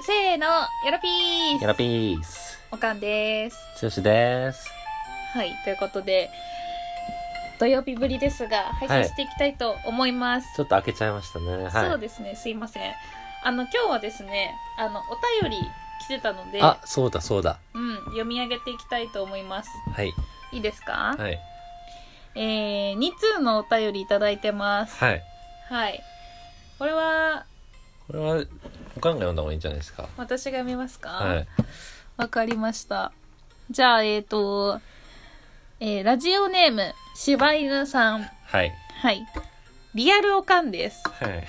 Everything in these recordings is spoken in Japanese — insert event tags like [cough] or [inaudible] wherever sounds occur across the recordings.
せーの、よろぴーやすらピース。おかんです。剛です。はい、ということで、土曜日ぶりですが、配信していきたいと思います。ちょっと開けちゃいましたね。はい。そうですね、すいません。あの、今日はですね、あの、お便り来てたので、あ、そうだそうだ。うん、読み上げていきたいと思います。はい。いいですか、はい。えー、2通のお便りいただいてます。はい。はい。これは、これは、おかんが読んだ方がいいんじゃないですか。私が見ますかはい。わかりました。じゃあ、えっ、と、えーラジオネーム、柴犬さん。はい。はい。リアルおかんです。はい。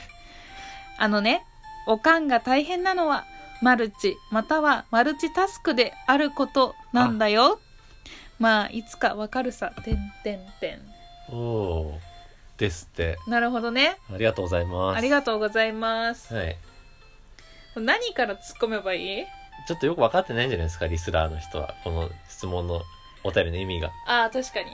あのね、おかんが大変なのは、マルチ、またはマルチタスクであることなんだよ。まあ、いつかわかるさ、てんてんてん。おお。ですって。なるほどね。ありがとうございます。ありがとうございます。はい。何から突っ込めばいいちょっとよく分かってないんじゃないですか、リスラーの人は。この質問のお便りの意味が。ああ、確かに。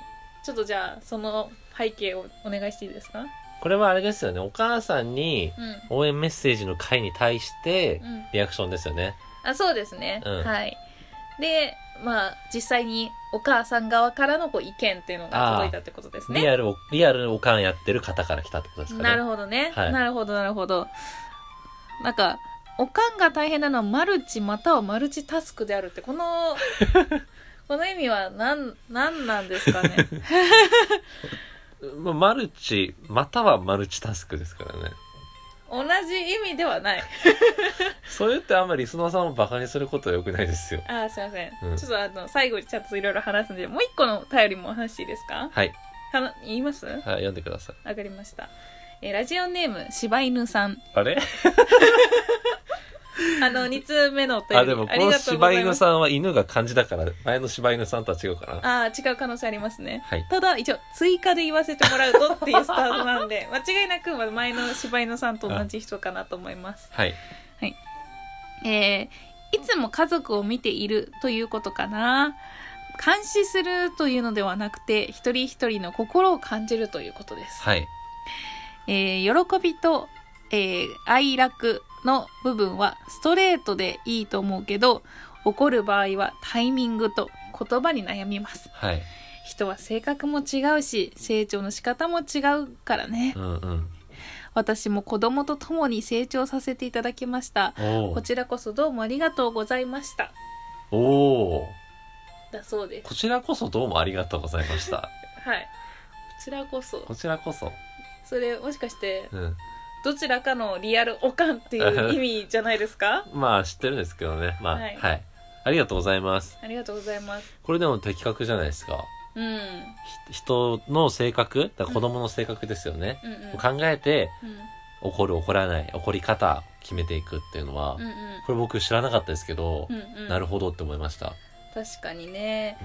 ちょっとじゃあ、その背景をお願いしていいですかこれはあれですよね。お母さんにうん。応援メッセージの回に対して、うん。リアクションですよね。あそうですね、うんはいでまあ実際にお母さん側からのこう意見っていうのが届いたってことですリねアルを、リアルおかんやってる方から来たってことですかね。なるほどね、はいなるほどなるほどなんかおかんが大変なのはマルチまたはマルチタスクであるってこ [laughs] のこの意味は何何なんですかね [laughs] まあ、マルチ、またはマルチタスクですからね。同じ意味ではないそう言ってあんまりリスナーさんをバカにすることは良くないですよ。あーすいません、うんちょっとあの最後にちゃんといろいろ話すんでもう一個の頼りもお話していいですかはい。はな言いますはい、読んでください。わかりました。えーラジオネーム、柴犬さん。あれあの、2通目のお便り。あ、でもこの柴犬ん。さんは犬が漢字だから、前の柴犬さんとは違うかな。ああ、違う可能性ありますね。はい。ただ、一応、追加で言わせてもらうとっていうスタートなんで、 [laughs] 間違いなく前の柴犬さんと同じ人かなと思います。はい。えーいつも家族を見ているということかな。監視するというのではなくて、一人一人の心を感じるということです。はい。えー喜びと、えー哀楽の部分はストレートでいいと思うけど怒る場合はタイミングと言葉に悩みますはい。人は性格も違うし成長の仕方も違うからねうんうん。私も子供と共に成長させていただきましたおこーちらこそどうもありがとうございましたおーだそうですこちらこそどうもありがとうございました。はいこちらこそこちらこそ。それもしかしてうん。どちらかのリアルおかんっていう意味じゃないですかまあ知ってるんですけどね。まあ、はいはい。ありがとうございます。ありがとうございますこれでも的確じゃないですか。うんうんひ人の性格、だから子供の性格ですよね。うん考えてうん怒る怒らない怒り方決めていくっていうのは、うんこれ僕知らなかったですけど、うんうんうん、なるほどって思いました確かにね、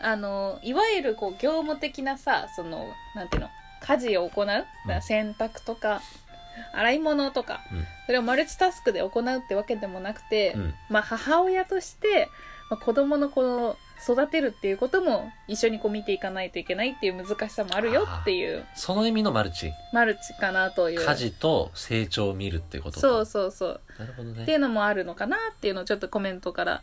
あのいわゆるこう業務的なさそのなんていうの家事を行う、だから洗濯とか洗い物とか、うんそれをマルチタスクで行うってわけでもなくて、うんまあ、母親として、まあ、子供のこの育てるっていうことも一緒にこう見ていかないといけないっていう難しさもあるよっていうその意味のマルチマルチかなという家事と成長を見るっていうことそうそうそうなるほどってねいうのもあるのかなっていうのをちょっとコメントから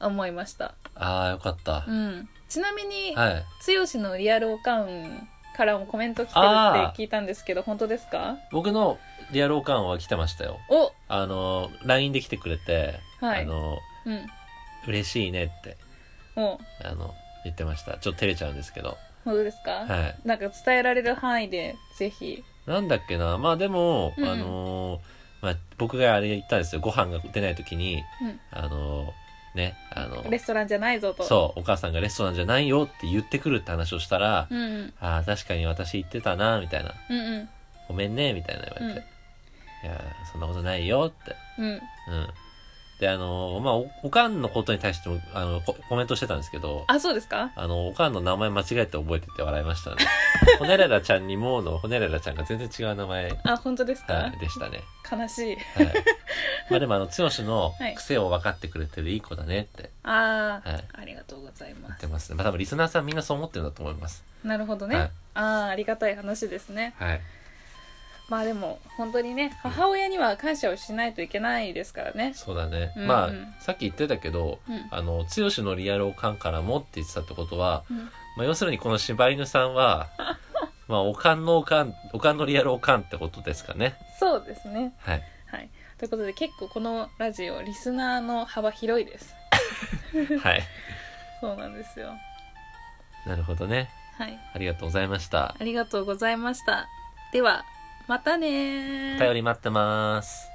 思いました、ああよかった、うん、ちなみに、はい剛のリアルオカンからもコメント来てるって聞いたんですけど本当ですか僕のリアルオカンは来てましたよおあの LINE で来てくれて、はいあのうん嬉しいねってもうあの言ってましたちょっと照れちゃうんですけど本当ですか、はいなんか伝えられる範囲でぜひなんだっけなまあでも、うんうんあのまあ、僕があれ言ったんですよご飯が出ない時にうあのねあのんレストランじゃないぞとそうお母さんがレストランじゃないよって言ってくるって話をしたら、うんうんああ確かに私言ってたなみたいなうんうんごめんねみたいな言われて、いやーそんなことないよってうんうんであのまあおおかんのことに対してもあのココメントしてたんですけどあそうですかあのおかんの名前間違えて覚えてて笑い [laughs] ましたねホネレラちゃんにものホネレラちゃんが全然違う名前、あ本当ですか、はい、でしたね悲しいはい [laughs] まあでもあの剛のはい癖を分かってくれてるいい子だねってああ、はいありがとうござい言まっすてますねまあ多分リスナーさんみんなそう思ってるんだと思いますなるほどね、はいああありがたい話ですねはいまあでも本当にね母親には感謝をしないといけないですからねそうだね、うんうんまあさっき言ってたけどうんあの剛のリアルおかんからもって言ってたってことは、うんまあ、要するにこの柴犬さ [laughs] んはまあおかんのおかんおかんのリアルおかんってことですかねそうですねはいはいということで結構このラジオリスナーの幅広いですはいそうなんですよなるほどねはいありがとうございましたありがとうございましたではまたねーお便り待ってます